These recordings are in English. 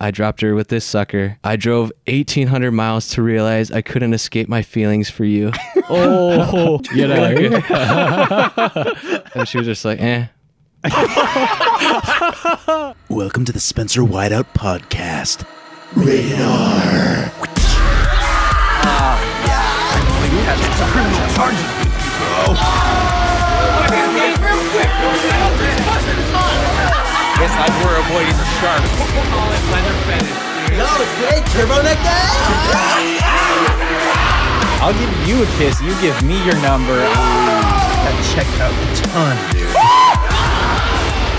I dropped her with this sucker. I drove 1,800 miles to realize I couldn't escape my feelings for you. Oh, You know? and she was just like, eh. Welcome to the Spencer Whiteout Podcast. I'll give you a kiss. You give me your number. Checked out a ton, dude.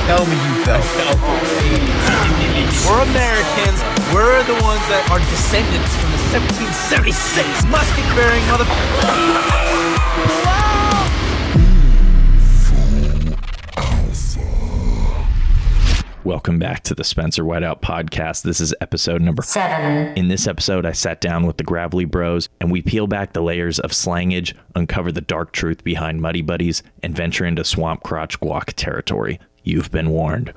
Tell me you felt. We're Americans. We're the ones that are descendants from the 1776 musket-bearing mother. Welcome back to the Spencer Whiteout podcast. This is episode number Seven. In this episode, I sat down with the Gravelly Bros and we peel back the layers of slangage, uncover the dark truth behind Muddy Buddies, and venture into swamp crotch guac territory. You've been warned.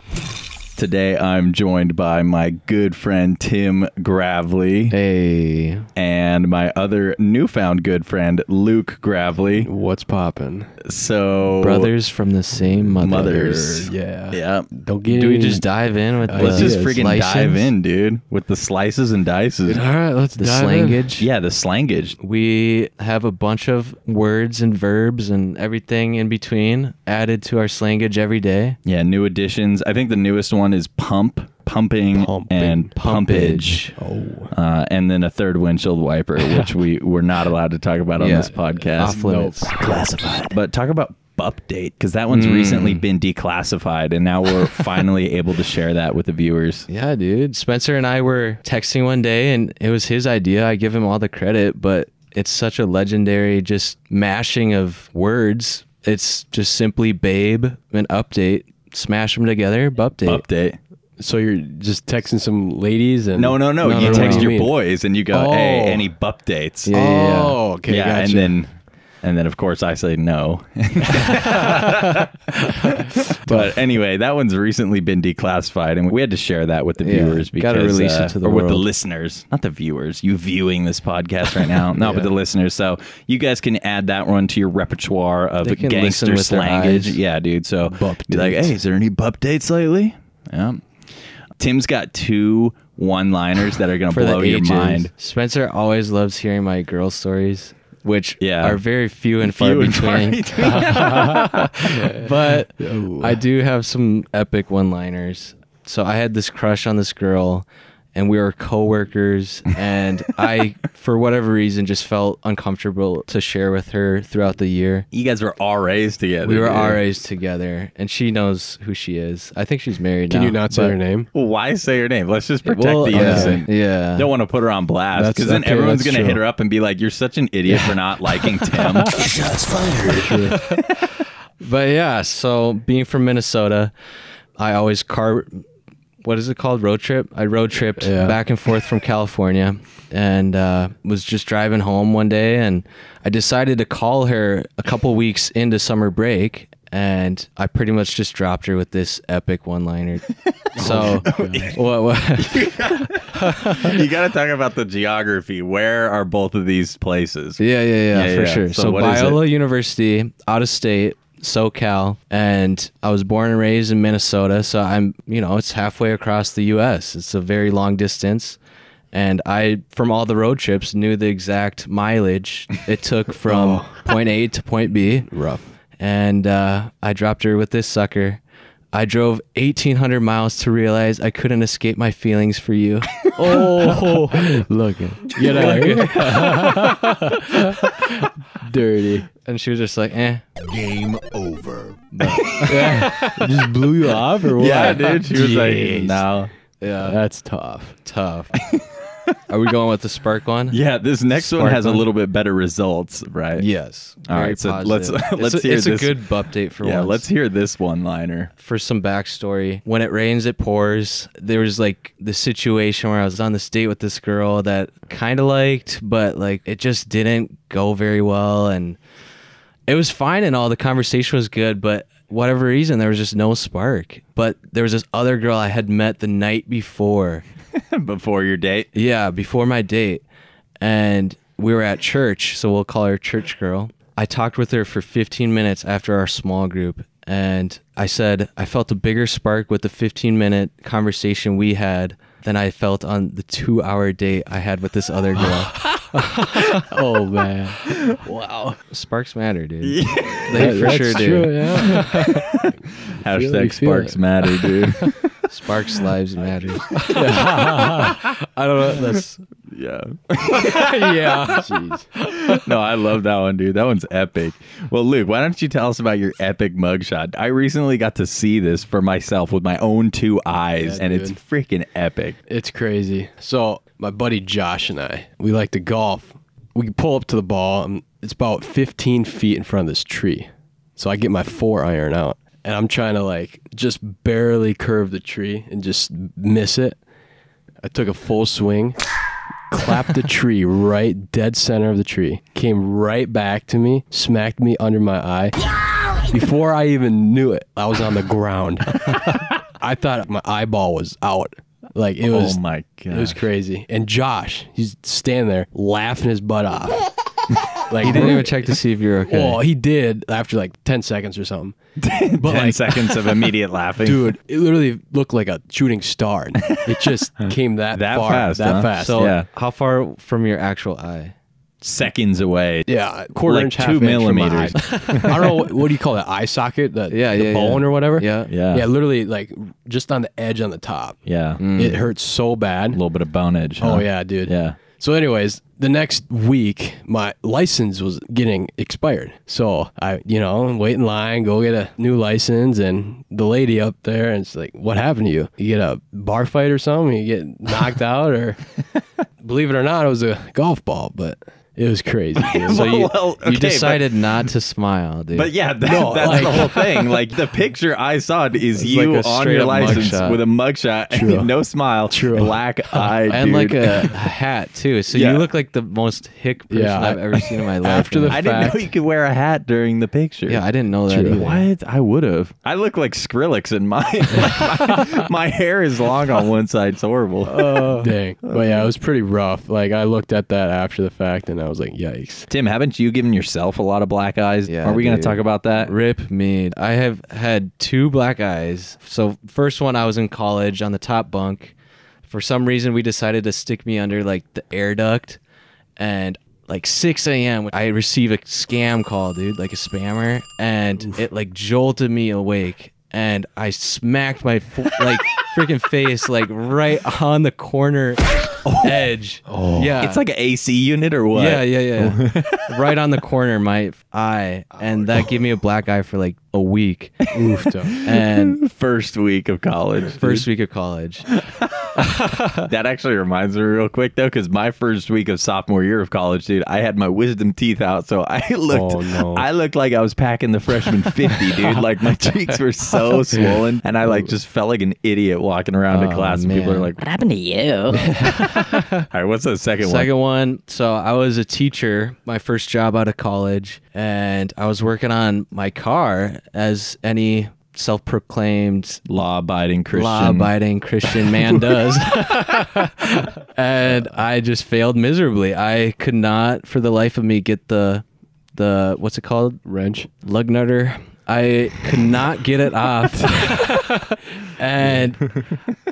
Today I'm joined by my good friend Tim Gravely Hey, and my other newfound good friend Luke Gravely. What's poppin'? So brothers from the same mother. mothers. Yeah. Yeah. Don't get Do we any- just dive in with the Let's just freaking license? dive in, dude, with the slices and All dices. right, let's The dive in. slangage. Yeah, the slangage. We have a bunch of words and verbs and everything in between added to our slangage every day. Yeah, new additions. I think the newest one is pump, pumping, and pumpage. Oh. Uh, and then a third windshield wiper, which we were not allowed to talk about on Yeah. this podcast. Off limits. classified. But talk about update because that Mm. one's recently been declassified, and now we're finally able to share that with the viewers. Yeah, dude. Spencer and I were texting one day and it was his idea. I give him all the credit, but it's such a legendary just mashing of words. It's just simply babe and update. Smash them together, update. Update. So you're just texting some ladies and No, no, no. No, you no, text no. your What do you mean? boys, and you go, "Hey, Oh. any bup dates?" Yeah, yeah, yeah. Oh, okay. yeah, gotcha. and then. And then, of course, I say no. but anyway, that one's recently been declassified, and we had to share that with the Yeah, viewers because uh, gotta release it to the or with the world. listeners, not the viewers. You viewing this podcast right now? No, but the listeners. So you guys can add that one to your repertoire of They can gangster listen with their slangage. eyes. Yeah, dude. So Bup be like, dates. hey, is there any bup dates lately? Yeah. Tim's got two one-liners that are gonna For blow the your ages. mind. Spencer always loves hearing my girl stories, which Yeah. are very few and far You and between. Barney. but I do have some epic one-liners. So I had this crush on this girl, and we were coworkers, and I, for whatever reason, just felt uncomfortable to share with her throughout the year. you guys were RAs together. We were dude. RAs together, and she knows who she is. I think she's married. Can now, you not say but- her name? Well, why say her name? Let's just protect Well, the okay, innocent. Yeah. Don't want to put her on blast That's- because then okay, everyone's that's gonna hit true. her up and be like, "You're such an idiot for not liking Tim." Shots fired. But yeah, so being from Minnesota, I always car. What is it called? Road trip. I road tripped Yeah. back and forth from California, and uh, was just driving home one day, and I decided to call her a couple weeks into summer break, and I pretty much just dropped her with this epic one-liner. so, what, what? you got to talk about the geography. Where are both of these places? Yeah, yeah, yeah, Yeah, for yeah. sure. So So, what is it? Biola University, out of state, SoCal, and I was born and raised in Minnesota. So I'm, you know, it's halfway across the U.S. It's a very long distance, and I, from all the road trips, knew the exact mileage it took Oh. from point A to point B. Rough. And uh, I dropped her with this sucker. I drove 1,800 miles to realize I couldn't escape my feelings for you. Oh, look it. You know, dirty. And she was just like, eh. Game over. Just blew you off or what? Yeah, dude. She was Jeez. like, "No." Yeah. That's tough. tough. Are we going with the spark one? Yeah, this next one Spark has a one. little bit better results, right? Yes. All Very right, so positive. let's- uh, let's it's a, hear it's this. a good update for Yeah, once. let's hear this one-liner. for some backstory. When it rains, it pours. There was like the situation where I was on this date with this girl that kind of liked, but like it just didn't go very well, and it was fine and all. The conversation was good, but whatever reason, there was just no spark. But there was this other girl I had met the night before before your date. Yeah, before my date. And we were at church, so we'll call her church girl. I talked with her for 15 minutes after our small group. And I said, I felt a bigger spark with the 15 minute conversation we had than I felt on the two hour date I had with this other girl. Oh man, Sparks matter, dude. They for That's sure do. true, yeah. Hashtag it, you feel sparks it. matter, dude. Sparks lives matter. I don't know. That's yeah. yeah. No, I love that one, dude. That one's epic. Well, Luke, why don't you tell us about your epic mugshot? I recently got to see this for myself with my own two eyes, Yeah, and it's dude. freaking epic. It's crazy. So my buddy Josh and I, we like to golf. We pull up to the ball. And it's about 15 feet in front of this tree. So I get my four iron out, and I'm trying to like just barely curve the tree and just miss it. I took a full swing, clapped the tree right dead center of the tree, came right back to me, smacked me under my eye. Before I even knew it, I was on the ground. I thought my eyeball was out. Like it was oh my god. it was crazy. And Josh, he's standing there laughing his butt off. like he didn't even check to see if you're okay. Well, he did after like ten seconds or something. But 10 like, seconds of immediate laughing. dude, it literally looked like a shooting star. It just came that That far, fast, that huh? fast. so yeah. how far from your actual eye? seconds away. yeah, quarter Like inch, two half inch from my millimeters. eye. I don't know what, what do you call that eye socket, the, Yeah, the yeah, yeah. bone or whatever. Yeah. Yeah. yeah, literally like just on the edge on the top. Yeah. It hurts so bad. A Mm. little bit of bone edge. Oh huh? yeah, dude. Yeah. So, anyways, the next week my license was getting expired, so I, you know, wait in line, go get a new license, and the lady up there, and it's like, "What happened to you? You get a bar fight or something? You get knocked out, or believe it or not, it was a golf ball, but it was crazy." dude. So you, Well, okay, you but- decided not to smile, dude. But yeah, that, No, that's like- the whole thing. Like the picture I saw it is It's you like a on straight your up license mugshot. with a mugshot True. and no smile, True. black eye, and dude. like a, a hat too. So Yeah. you look like the most hick person Yeah. I've ever seen in my life. After dude. the I didn't fact. know you could wear a hat during the picture. yeah, I didn't know that. True. either. What? I would have. I look like Skrillex in mine. my, my hair is long on one side. It's horrible. Dang, but yeah, it was pretty rough. Like I looked at that after the fact, and I was like, "Yikes!" Tim, haven't you given yourself a lot of black eyes? Yeah, Are we going to dude. talk about that? Rip me. I have had two black eyes. So first one I was in college on the top bunk. For some reason we decided to stick me under like the air duct and like 6 a.m. I receive a scam call, dude, like a spammer, and it like jolted me awake, and I smacked my fo- like freaking face like right on the corner edge. Oh, yeah, It's like an AC unit or what? yeah, yeah, yeah. right on the corner, my eye, and that gave me a black eye for like a week, Oofed up. and First week of college. first week of college. That actually reminds me real quick though, because my first week of sophomore year of college, dude, I had my wisdom teeth out, so I looked, Oh, no. I looked like I was packing the freshman fifty, dude. Like my cheeks were so swollen, and I like just felt like an idiot walking around to Oh, class, and people are man. like, What happened to you? "All right, what's the second, Second one. So I was a teacher, my first job out of college, and I was working on my car as any self-proclaimed one?" Law-abiding Christian. law-abiding Christian man does. and I just failed miserably. I could not, for the life of me, get the the what's it called Wrench. lug nutter. I could not get it off. and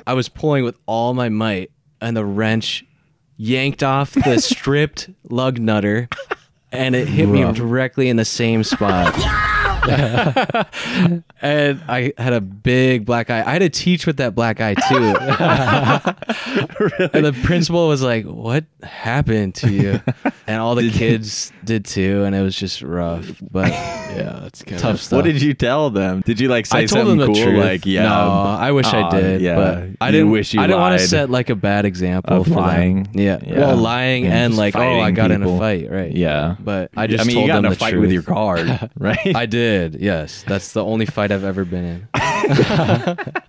I was pulling with all my might, and the wrench yanked off the stripped lug nutter, and it hit me directly in the same spot. and I had a big black eye. I had to teach with that black eye too. And the principal was like, "What happened to you?" And all the kids did too, and it was just rough, but Yeah, that's kind tough of stuff. What did you tell them? Did you like say I told something them the cool? truth. Like, yeah, no, I wish aw, I did. Yeah, but I You didn't wish you. I didn't want lied. to set like a bad example Of for them. lying. Yeah. Yeah. well, lying And and, just like, oh, I fighting got in people. a fight, right? Yeah. but I just I mean, told you got them in a the fight truth. with your card, right? I did. Yes, that's the only fight I've ever been in.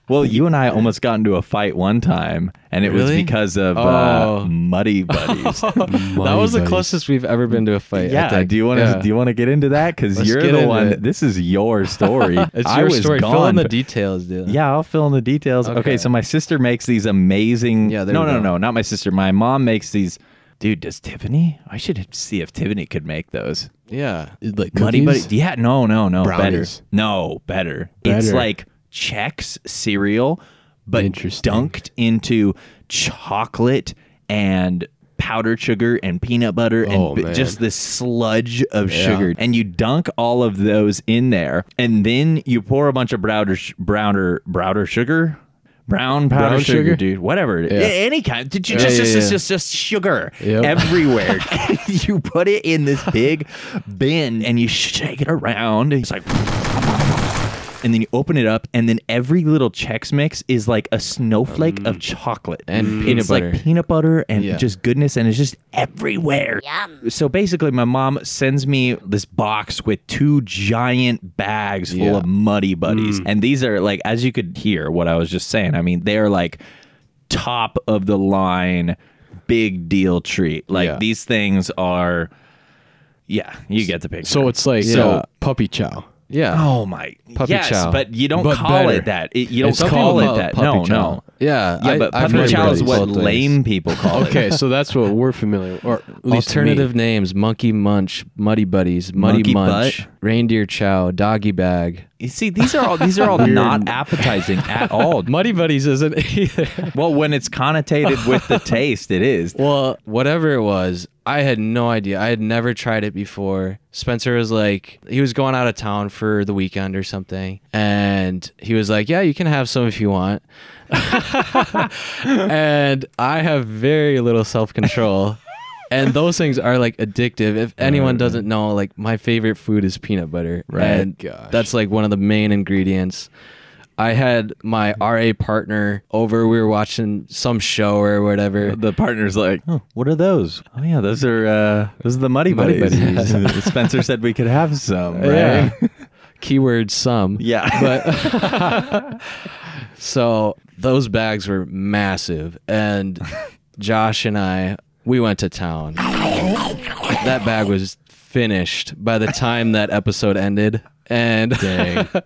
Well, you and I almost got into a fight one time, and it was Really? because of uh, Oh. muddy buddies. that was the buddies. closest we've ever been to a fight. I yeah. think. Do you want to Yeah. do you want to get into that? Because Let's you're get the into one. it. This is your story. It's I your was story. Gone, Fill in the but- details, dude. Yeah, I'll fill in the details. Okay, Okay. so my sister makes these amazing. Yeah, there no, we no, go. no, not my sister. My mom makes these. Dude, does Tiffany? I should see if Tiffany could make those. Yeah. Like Muddy cookies? buddy. Yeah, no, no, no. Brownies. Better. No, better. It's Better. like Chex cereal, but Interesting. dunked into chocolate and powdered sugar and peanut butter Oh, and b- man. just this sludge of sugar. And you dunk all of those in there, and then you pour a bunch of browder, sh- browder, browder sugar. Brown powder Brown sugar, sugar? dude. Whatever, A- any kind. Did you just, yeah, just, yeah. just, just, just sugar Yep. everywhere. you put it in this big bin and you shake it around. It's like, and then you open it up, and then every little Chex Mix is like a snowflake of chocolate Mm. Mm. And peanut it's butter. like peanut butter and Yeah. just goodness, and it's just everywhere. Yum. So basically, my mom sends me this box with two giant bags full Yeah. Mm. of Muddy Buddies, and these are like, as you could hear what I was just saying. I mean, they are like top of the line, big deal treat. Like Yeah. these things are. Yeah, you get the picture. So it's like so. uh, puppy chow. Yeah. Oh my! Puppy yes, chow. but you don't But call better. it that. It- you don't It's call called it that. puppy No, chow. no. Yeah. Yeah, I- but I've puppy heard chow about is these what both ways. lame people call it. Okay, so that's what we're familiar with. Or at least me. Alternative names: Monkey Munch, Muddy Buddies, Muddy Monkey Munch, butt? Reindeer Chow, Doggy Bag. You see, these are all these are all not appetizing at all. Muddy Buddies isn't either. Well, when it's connotated with the taste, it is. Well, whatever it was, I had no idea. I had never tried it before. Spencer was like, he was going out of town for the weekend or something. And he was like, yeah, you can have some if you want. and I have very little self control. And those things are like addictive. If anyone doesn't know, like my favorite food is peanut butter. Right. And Gosh. that's like one of the main ingredients. I had my RA partner over. We were watching some show or whatever. The partner's like, oh, "What are those? Oh yeah, those are uh, those are the muddy, Muddy buddies." Spencer said we could have some, right? Yeah. Keyword some. Yeah. But so those bags were massive and Josh and I we went to town. That bag was finished by the time that episode ended and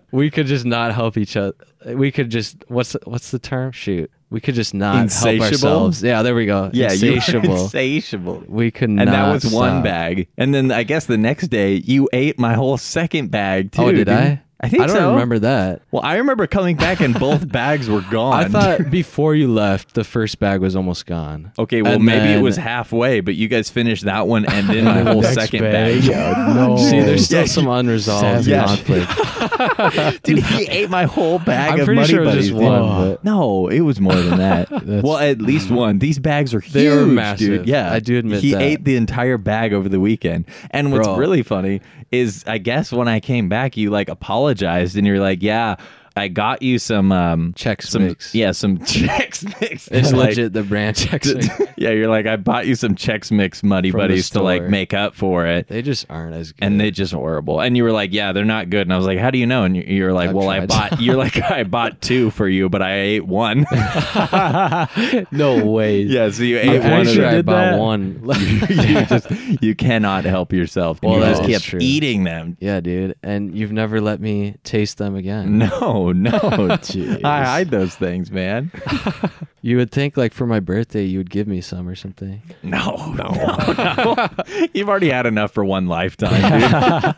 we could just not help each other. We could just what's what's the term? Shoot. We could just not Insatiable? help ourselves. Yeah, there we go. yeah, you were insatiable. insatiable. we could not And that was one stop. bag. And then I guess the next day you ate my whole second bag too. Oh, did dude. I? I think I don't so. remember that. Well, I remember coming back and both bags were gone. I thought before you left, the first bag was almost gone. Okay, well And maybe it was then- halfway, but you guys finished that one and then my whole Next second bag. bag. Yeah, no. See, there's still Yeah, some unresolved Savage. Yeah. conflict. Dude, he ate my whole bag I'm of pretty Muddy sure it was Buddies, just dude. one, but- No, it was more than that. well, at least one. These bags are huge, They are massive. dude. Yeah, I do admit he that. ate the entire bag over the weekend. And what's Bro. really funny is, I guess when I came back, you like apologized and you're like, "Yeah, I got you some um Chex some Mix. yeah, some Chex mix." It's Like, legit the brand Texas. yeah, you're like, I bought you some Chex Mix Muddy From the Buddies to like store. make up for it. they just aren't as good. and they just horrible. And you were like, "Yeah, they're not good." And I was like, "How do you know?" And you, you were like, I've "Well, I tried. bought." You're like, "I bought two for you, but I ate one." no way. yeah, so you I ate one. actually Of I them. bought one. you just you cannot help yourself. And Well, you that just is kept true. eating them. yeah, dude. And you've never let me taste them again. No, no, I hide those things, man. You would think like for my birthday you would give me some or something. No, no, no. You've already had enough for one lifetime,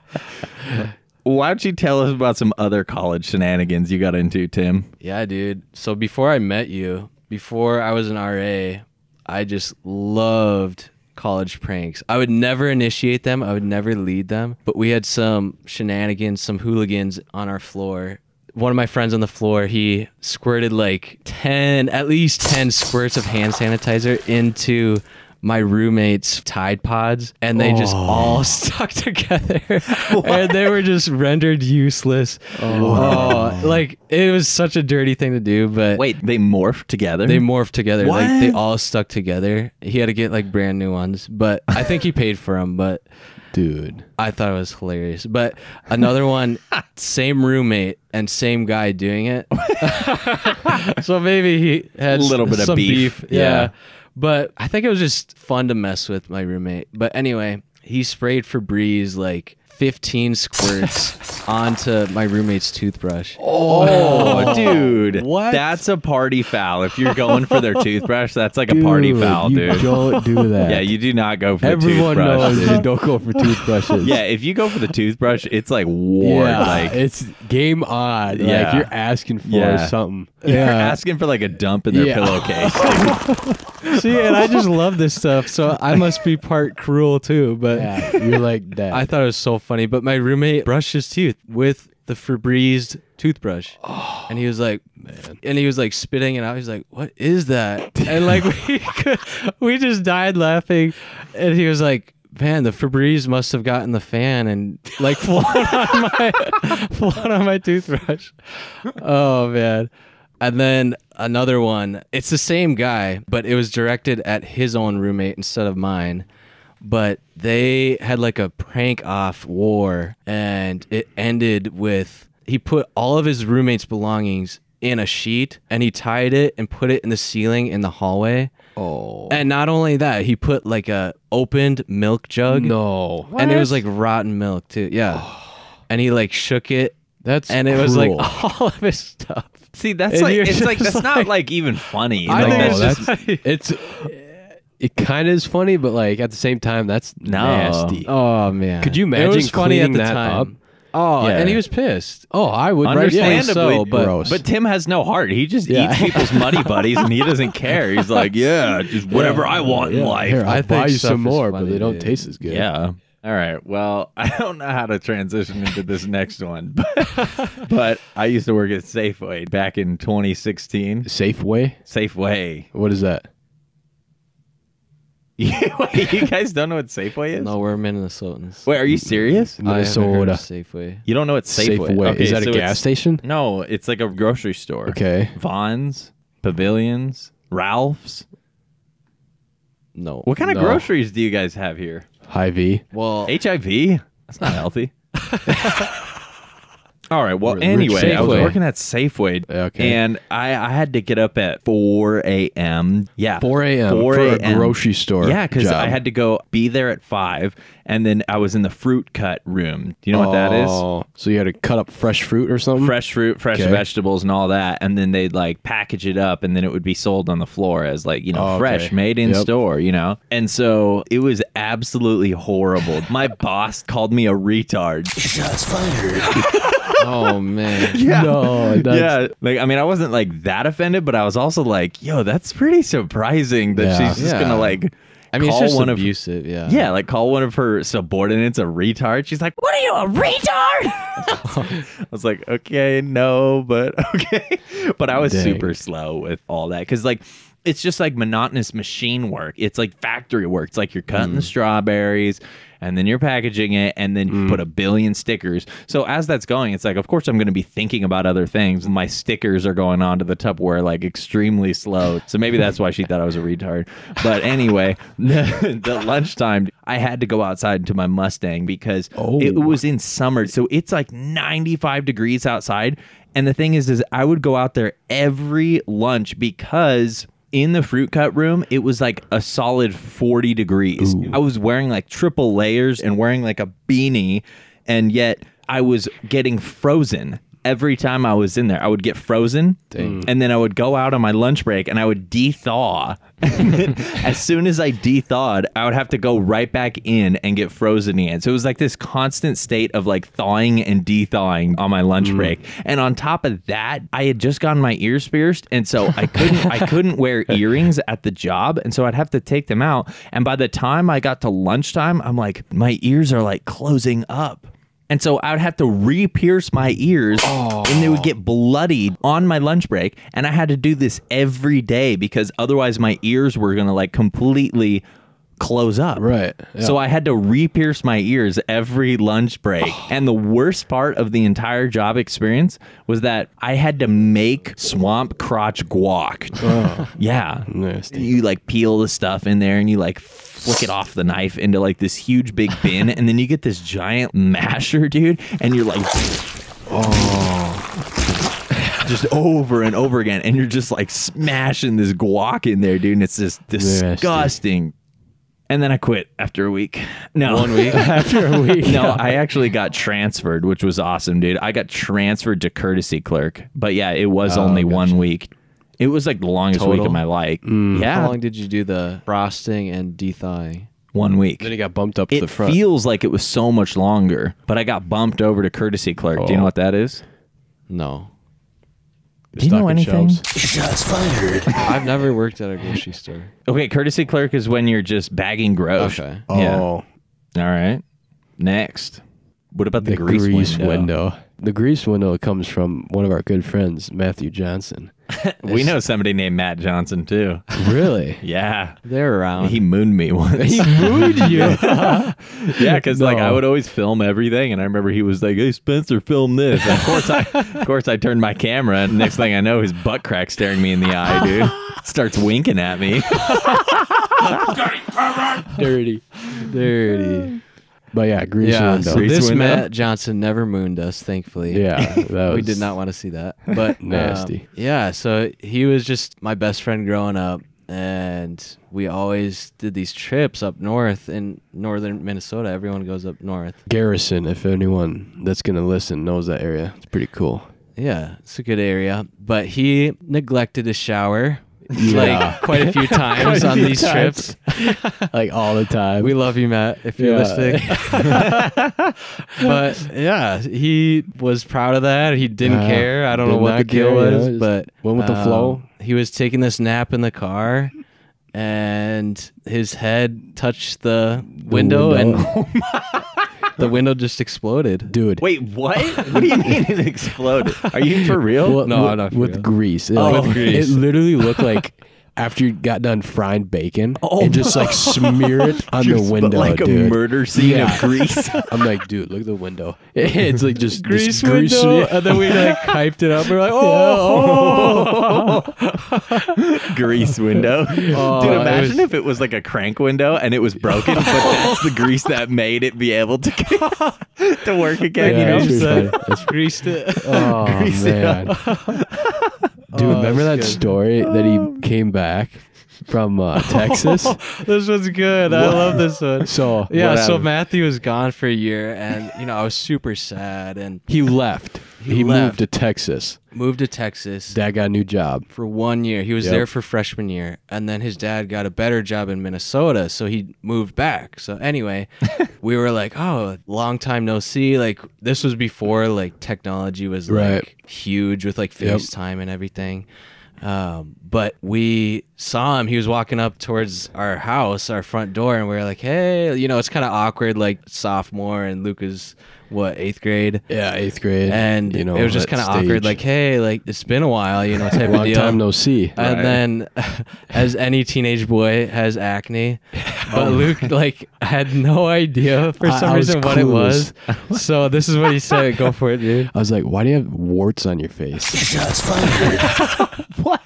dude. Why don't you tell us about some other college shenanigans you got into, Tim? Yeah, dude. So before I met you, before I was an RA, I just loved college pranks. I would never initiate them, I would never lead them, but we had some shenanigans, some hooligans on our floor. One of my friends on the floor, he squirted like 10, at least 10 squirts of hand sanitizer into my roommate's Tide Pods, and they just all stuck together. and they were just rendered useless. Oh. like it was such a dirty thing to do, but Wait, they morphed together. they morphed together. Like they What? all stuck together. He had to get like brand new ones, but I think he paid for them. But dude. I thought it was hilarious. But another one, same roommate and same guy doing it. so maybe he had A little s- bit of some beef. Yeah. Yeah. But I think it was just fun to mess with my roommate. But anyway, he sprayed Febreze like 15 squirts onto my roommate's toothbrush. Oh, dude. What? That's a party foul. If you're going for their toothbrush, that's like a party foul, you dude. Don't do that. Yeah, you do not go for Everyone the toothbrush. knows dude. you don't go for toothbrushes. Yeah, if you go for the toothbrush, it's like war. Yeah, Like it's game on. Like Yeah. you're asking for Yeah. something. you're yeah. asking for like a dump in their Yeah. pillowcase. See, and I just love this stuff. So I must be part cruel too. But yeah, you're like that. I thought it was so funny, but my roommate brushed his teeth with the Febreze toothbrush, and he was like, and he was like spitting it out. He's like, "What is that?" And like we could, we just died laughing, and he was like. Man, the Febreze must have gotten the fan and like flown on my flown on my toothbrush. Oh man. And then another one. It's the same guy, but it was directed at his own roommate instead of mine but they had like a prank off war and it ended with he put all of his roommates belongings in a sheet and he tied it and put it in the ceiling in the hallway oh and not only that he put like a opened milk jug no, and it was like rotten milk too yeah and he like shook it that's and it was like cruel. all of his stuff See, that's And like you're it's like just that's not like even funny. I Like, think no, that's it's that's just- it's it kind of is funny, but like at the same time, that's nasty. oh man Could you it imagine was funny at cleaning the that time up? oh Yeah. and he was pissed Oh, I would Understandably, rightfully so, but but, Tim has no heart. He just eats people's muddy buddies, and he doesn't care. He's like, yeah, just whatever I want in life. Here, I'll I think buy you stuff some is more, funny, but they don't dude. taste as good. Yeah. All right. Well, I don't know how to transition into this next one, but, but I used to work at Safeway back in 2016. Safeway. Safeway. What is that? Wait, you guys don't know what Safeway is? no we're minnesotans Wait, are you serious? Minnesota. Safeway. You don't know what Safeway, Safeway. Okay, is that so a it's- gas station? No, it's like a grocery store. Okay. Vaughn's, Pavilions, Ralph's. No. What kind of No. groceries do you guys have here? High V. Well, HIV? That's not healthy. All right. Well, We're- we're anyway, I was Safeway. working at Safeway, Okay. and I, I had to get up at 4 a.m. Yeah, 4 a.m. 4 for a a.m.. grocery store Yeah, because I job. had to go be there at five, and then I was in the fruit cut room. Do you know what that is? Oh, So you had to cut up fresh fruit or something? fresh fruit, fresh Okay. vegetables, and all that. And then they'd like package it up, and then it would be sold on the floor as like you know Oh, fresh, okay. made in Yep. store. You know, and so it was absolutely horrible. My boss called me a retard. oh man. Yeah. No, that's, yeah, like I mean, I wasn't like that offended, but I was also like, "Yo, that's pretty surprising that Yeah. she's just Yeah. gonna like." I mean, it's call just one of abusive. yeah. yeah, like call one of her subordinates a retard. She's like, "What are you, a retard?" I was like, "Okay, no, but okay." But I was Dang. super slow with all that cuz like it's just like monotonous machine work. It's like factory work. It's like you're cutting the strawberries and then you're packaging it and then you put a billion stickers. So as that's going, it's like of course I'm going to be thinking about other things. My stickers are going onto the Tupperware like extremely slow. So maybe that's why she thought I was a retard. But anyway, the, the lunchtime I had to go outside to my Mustang because it was in summer. So it's like 95 degrees outside. And the thing is, is I would go out there every lunch because in the fruit cut room, it was like a solid 40 degrees. I was wearing like triple layers and wearing like a beanie. And yet I was getting frozen every time I was in there. I would get frozen and then I would go out on my lunch break and I would de-thaw. as soon as I de-thawed, I would have to go right back in and get frozen again. So it was like this constant state of like thawing and de-thawing on my lunch break. And on top of that, I had just gotten my ears pierced and so I couldn't I couldn't wear earrings at the job and so I'd have to take them out. And by the time I got to lunchtime, I'm like my ears are like closing up. And so I would have to re pierce my ears and they would get bloodied on my lunch break. And I had to do this every day because otherwise my ears were going to like completely close up. Right, yeah. So I had to re-pierce my ears every lunch break. And the worst part of the entire job experience was that I had to make swamp crotch guac. Oh. yeah. Nasty. You like peel the stuff in there and you like flick it off the knife into like this huge big bin and then you get this giant masher, dude, and you're like just over and over again, and you're just like smashing this guac in there, dude, and it's just disgusting. And then I quit after a week. No, one week after a week. No, I actually got transferred, which was awesome, dude. I got transferred to courtesy clerk, but yeah, it was Oh, only one week. It was like the longest week Total? of my life. Mm. How Yeah, long did you do the frosting and de-thawing? one week. Then he got bumped up to It the front. feels like it was so much longer, but I got bumped over to courtesy clerk. Do you Oh. know what that is? No. Do you know Stocking anything? shelves. I've never worked at a grocery store. Okay, courtesy clerk is when you're just bagging gross. Okay. Yeah. Oh, All right. Next. What about the, the grease, grease, window? window. The grease window comes from one of our good friends, Matthew Johnson. We know somebody named Matt Johnson too. Really? Yeah. They're around. He mooned me once. he wooed you. yeah, because like I No. would always film everything, and I remember he was like, "Hey, Spencer, film this." And of course, I, of course, I turned my camera, and next thing I know, his butt crack staring me in the eye, dude. Starts winking at me. Dirty. Dirty. But yeah, grease yeah, window. so this window? Matt Johnson never mooned us, thankfully. yeah, that we was- did not want to see that. But um, Nasty. yeah, so he was just my best friend growing up, and we always did these trips up north in northern Minnesota. Everyone goes up north. Garrison, if anyone that's gonna listen knows that area, it's pretty cool. Yeah, it's a good area. But he neglected to shower Yeah. like quite a few times on few these times. trips. Like all the time. We love you, Matt, if you're Yeah. listening. but yeah, he was proud of that. He didn't Yeah. care. I don't know Did what not the deal care, you was, know, just but um, went with the flow. He was taking this nap in the car, and his head touched the window, window. and the window just exploded. dude. Wait, what? What do you mean it exploded? Are you for real? Well, No, wi- I'm not with sure. grease. It, Oh, like- with grease. It literally looked like after you got done frying bacon and just like smear it on the Just, but window, like a dude. murder scene Yeah. of grease. I'm like, dude, look at the window. It's like just Grease just grease window, yeah. and then we like hyped it up. We're like, "Oh, Oh. grease window. Dude, imagine if it was like a crank window and it was broken, but that's the grease that made it be able to to work again. Yeah, you it's know, so, pretty funny. It's- greased it. Oh, oh Grease it man, dude, remember that story that Um, he came back from uh, Texas? this one's good. I love this one. So Yeah, what so happened? Matthew was gone for a year, and you know I was super sad, and he left. He, left. moved to Texas. moved to Texas Dad got a new job. for one year. He was Yep. there for freshman year, and then his dad got a better job in Minnesota, so he moved back. So anyway, we were like, "Oh, long time no see." Like this was before like technology was Right. like huge with like Yep. FaceTime and everything. Um, but we saw him. He was walking up towards our house, our front door, and we were like, "Hey, you know, it's kind of awkward." Like sophomore and Luca's what eighth grade, Yeah, eighth grade, and you know it was just that kind of awkward. stage. Like, "Hey, like it's been a while," you know, type of long deal. time no see. And then, as any teenage boy has acne, but Luke like had no idea for I- some I was reason what it clueless. was. So this is what he said. Go for it, dude. I was like, why do you have warts on your face? what?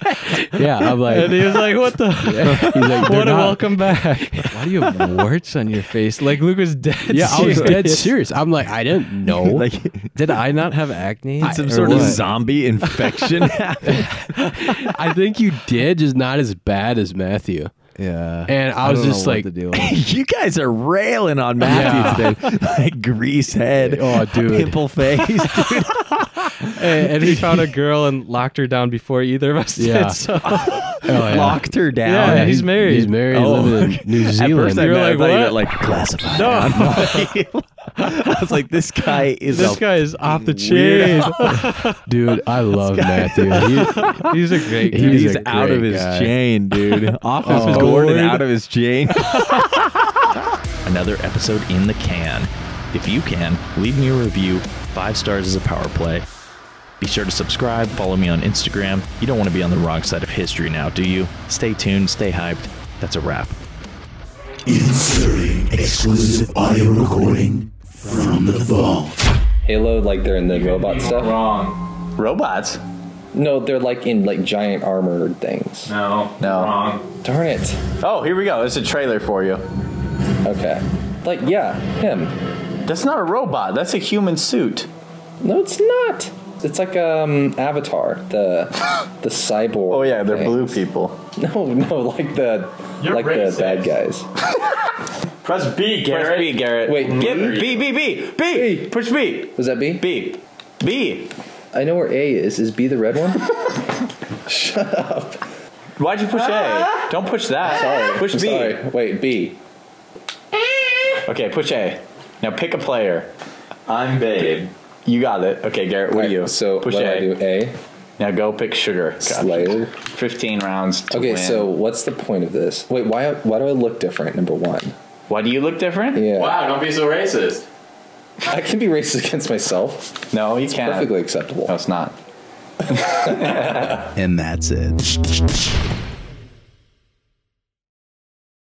Yeah, And I'm like, he was like, "What the? he's like, what "They're a not- welcome back! Why do you have warts on your face? Like Luke was dead. Yeah, I was serious. dead serious. I'm like, I didn't know. like Did I not have acne? some Or sort of what? zombie infection. I think you did, just not as bad as Matthew. yeah. And I I was don't know just what like, to deal with. you guys are railing on Matthew today. Like grease head. Oh, dude. Pimple face. dude. and, and he found a girl and locked her down before either of us Yeah. did. So oh, yeah. Oh, Locked her down. Yeah, Yeah, he's married. He's married. Oh. living in New At first, Zealand. I, You're meant, I like, thought you what? meant like classified. No. I was like, this guy is this a guy is off the chain. weirdo. Dude, I love Matthew. He- He's a great guy. He He's, is a out of great his guy. chain, dude. Off his Oh. gourd and out of his chain. Another episode in the can. If you can, leave me a review. Five stars is a power play. Be sure to subscribe, follow me on Instagram. You don't want to be on the wrong side of history now, do you? Stay tuned, stay hyped. That's a wrap. Inserting exclusive audio recording from the vault. Halo, like they're in the robot stuff. Robots? No, they're like in like giant armored things. No. No. Darn it. Oh, here we go. It's a trailer for you. Okay. Like yeah, him. That's not a robot. That's a human suit. No, it's not. It's like um Avatar, the the cyborg. Oh yeah, they're thing. blue people. No, no, like the like the bad guys. Press B, Garrett. Press B, Garrett. Wait, Get B, B, B, B. Push B. Was that B? B. B. I know where A is. Is B the red one? Why'd you push A? Don't push that. Ah. Sorry. Push I'm B. Sorry. Wait, B. Okay, push A. Now pick a player. I'm Babe. You got it. Okay, Garrett, what Right, do you? So push what A. do I do? A. Now go pick Sugar. God, Slayer. 15 rounds. To Okay, win. so what's the point of this? Wait, why why do I look different? Number one. Why do you look different? Yeah. Wow, don't be so racist. I can be racist against myself. No, you can't. Perfectly acceptable. No, it's not. And that's it.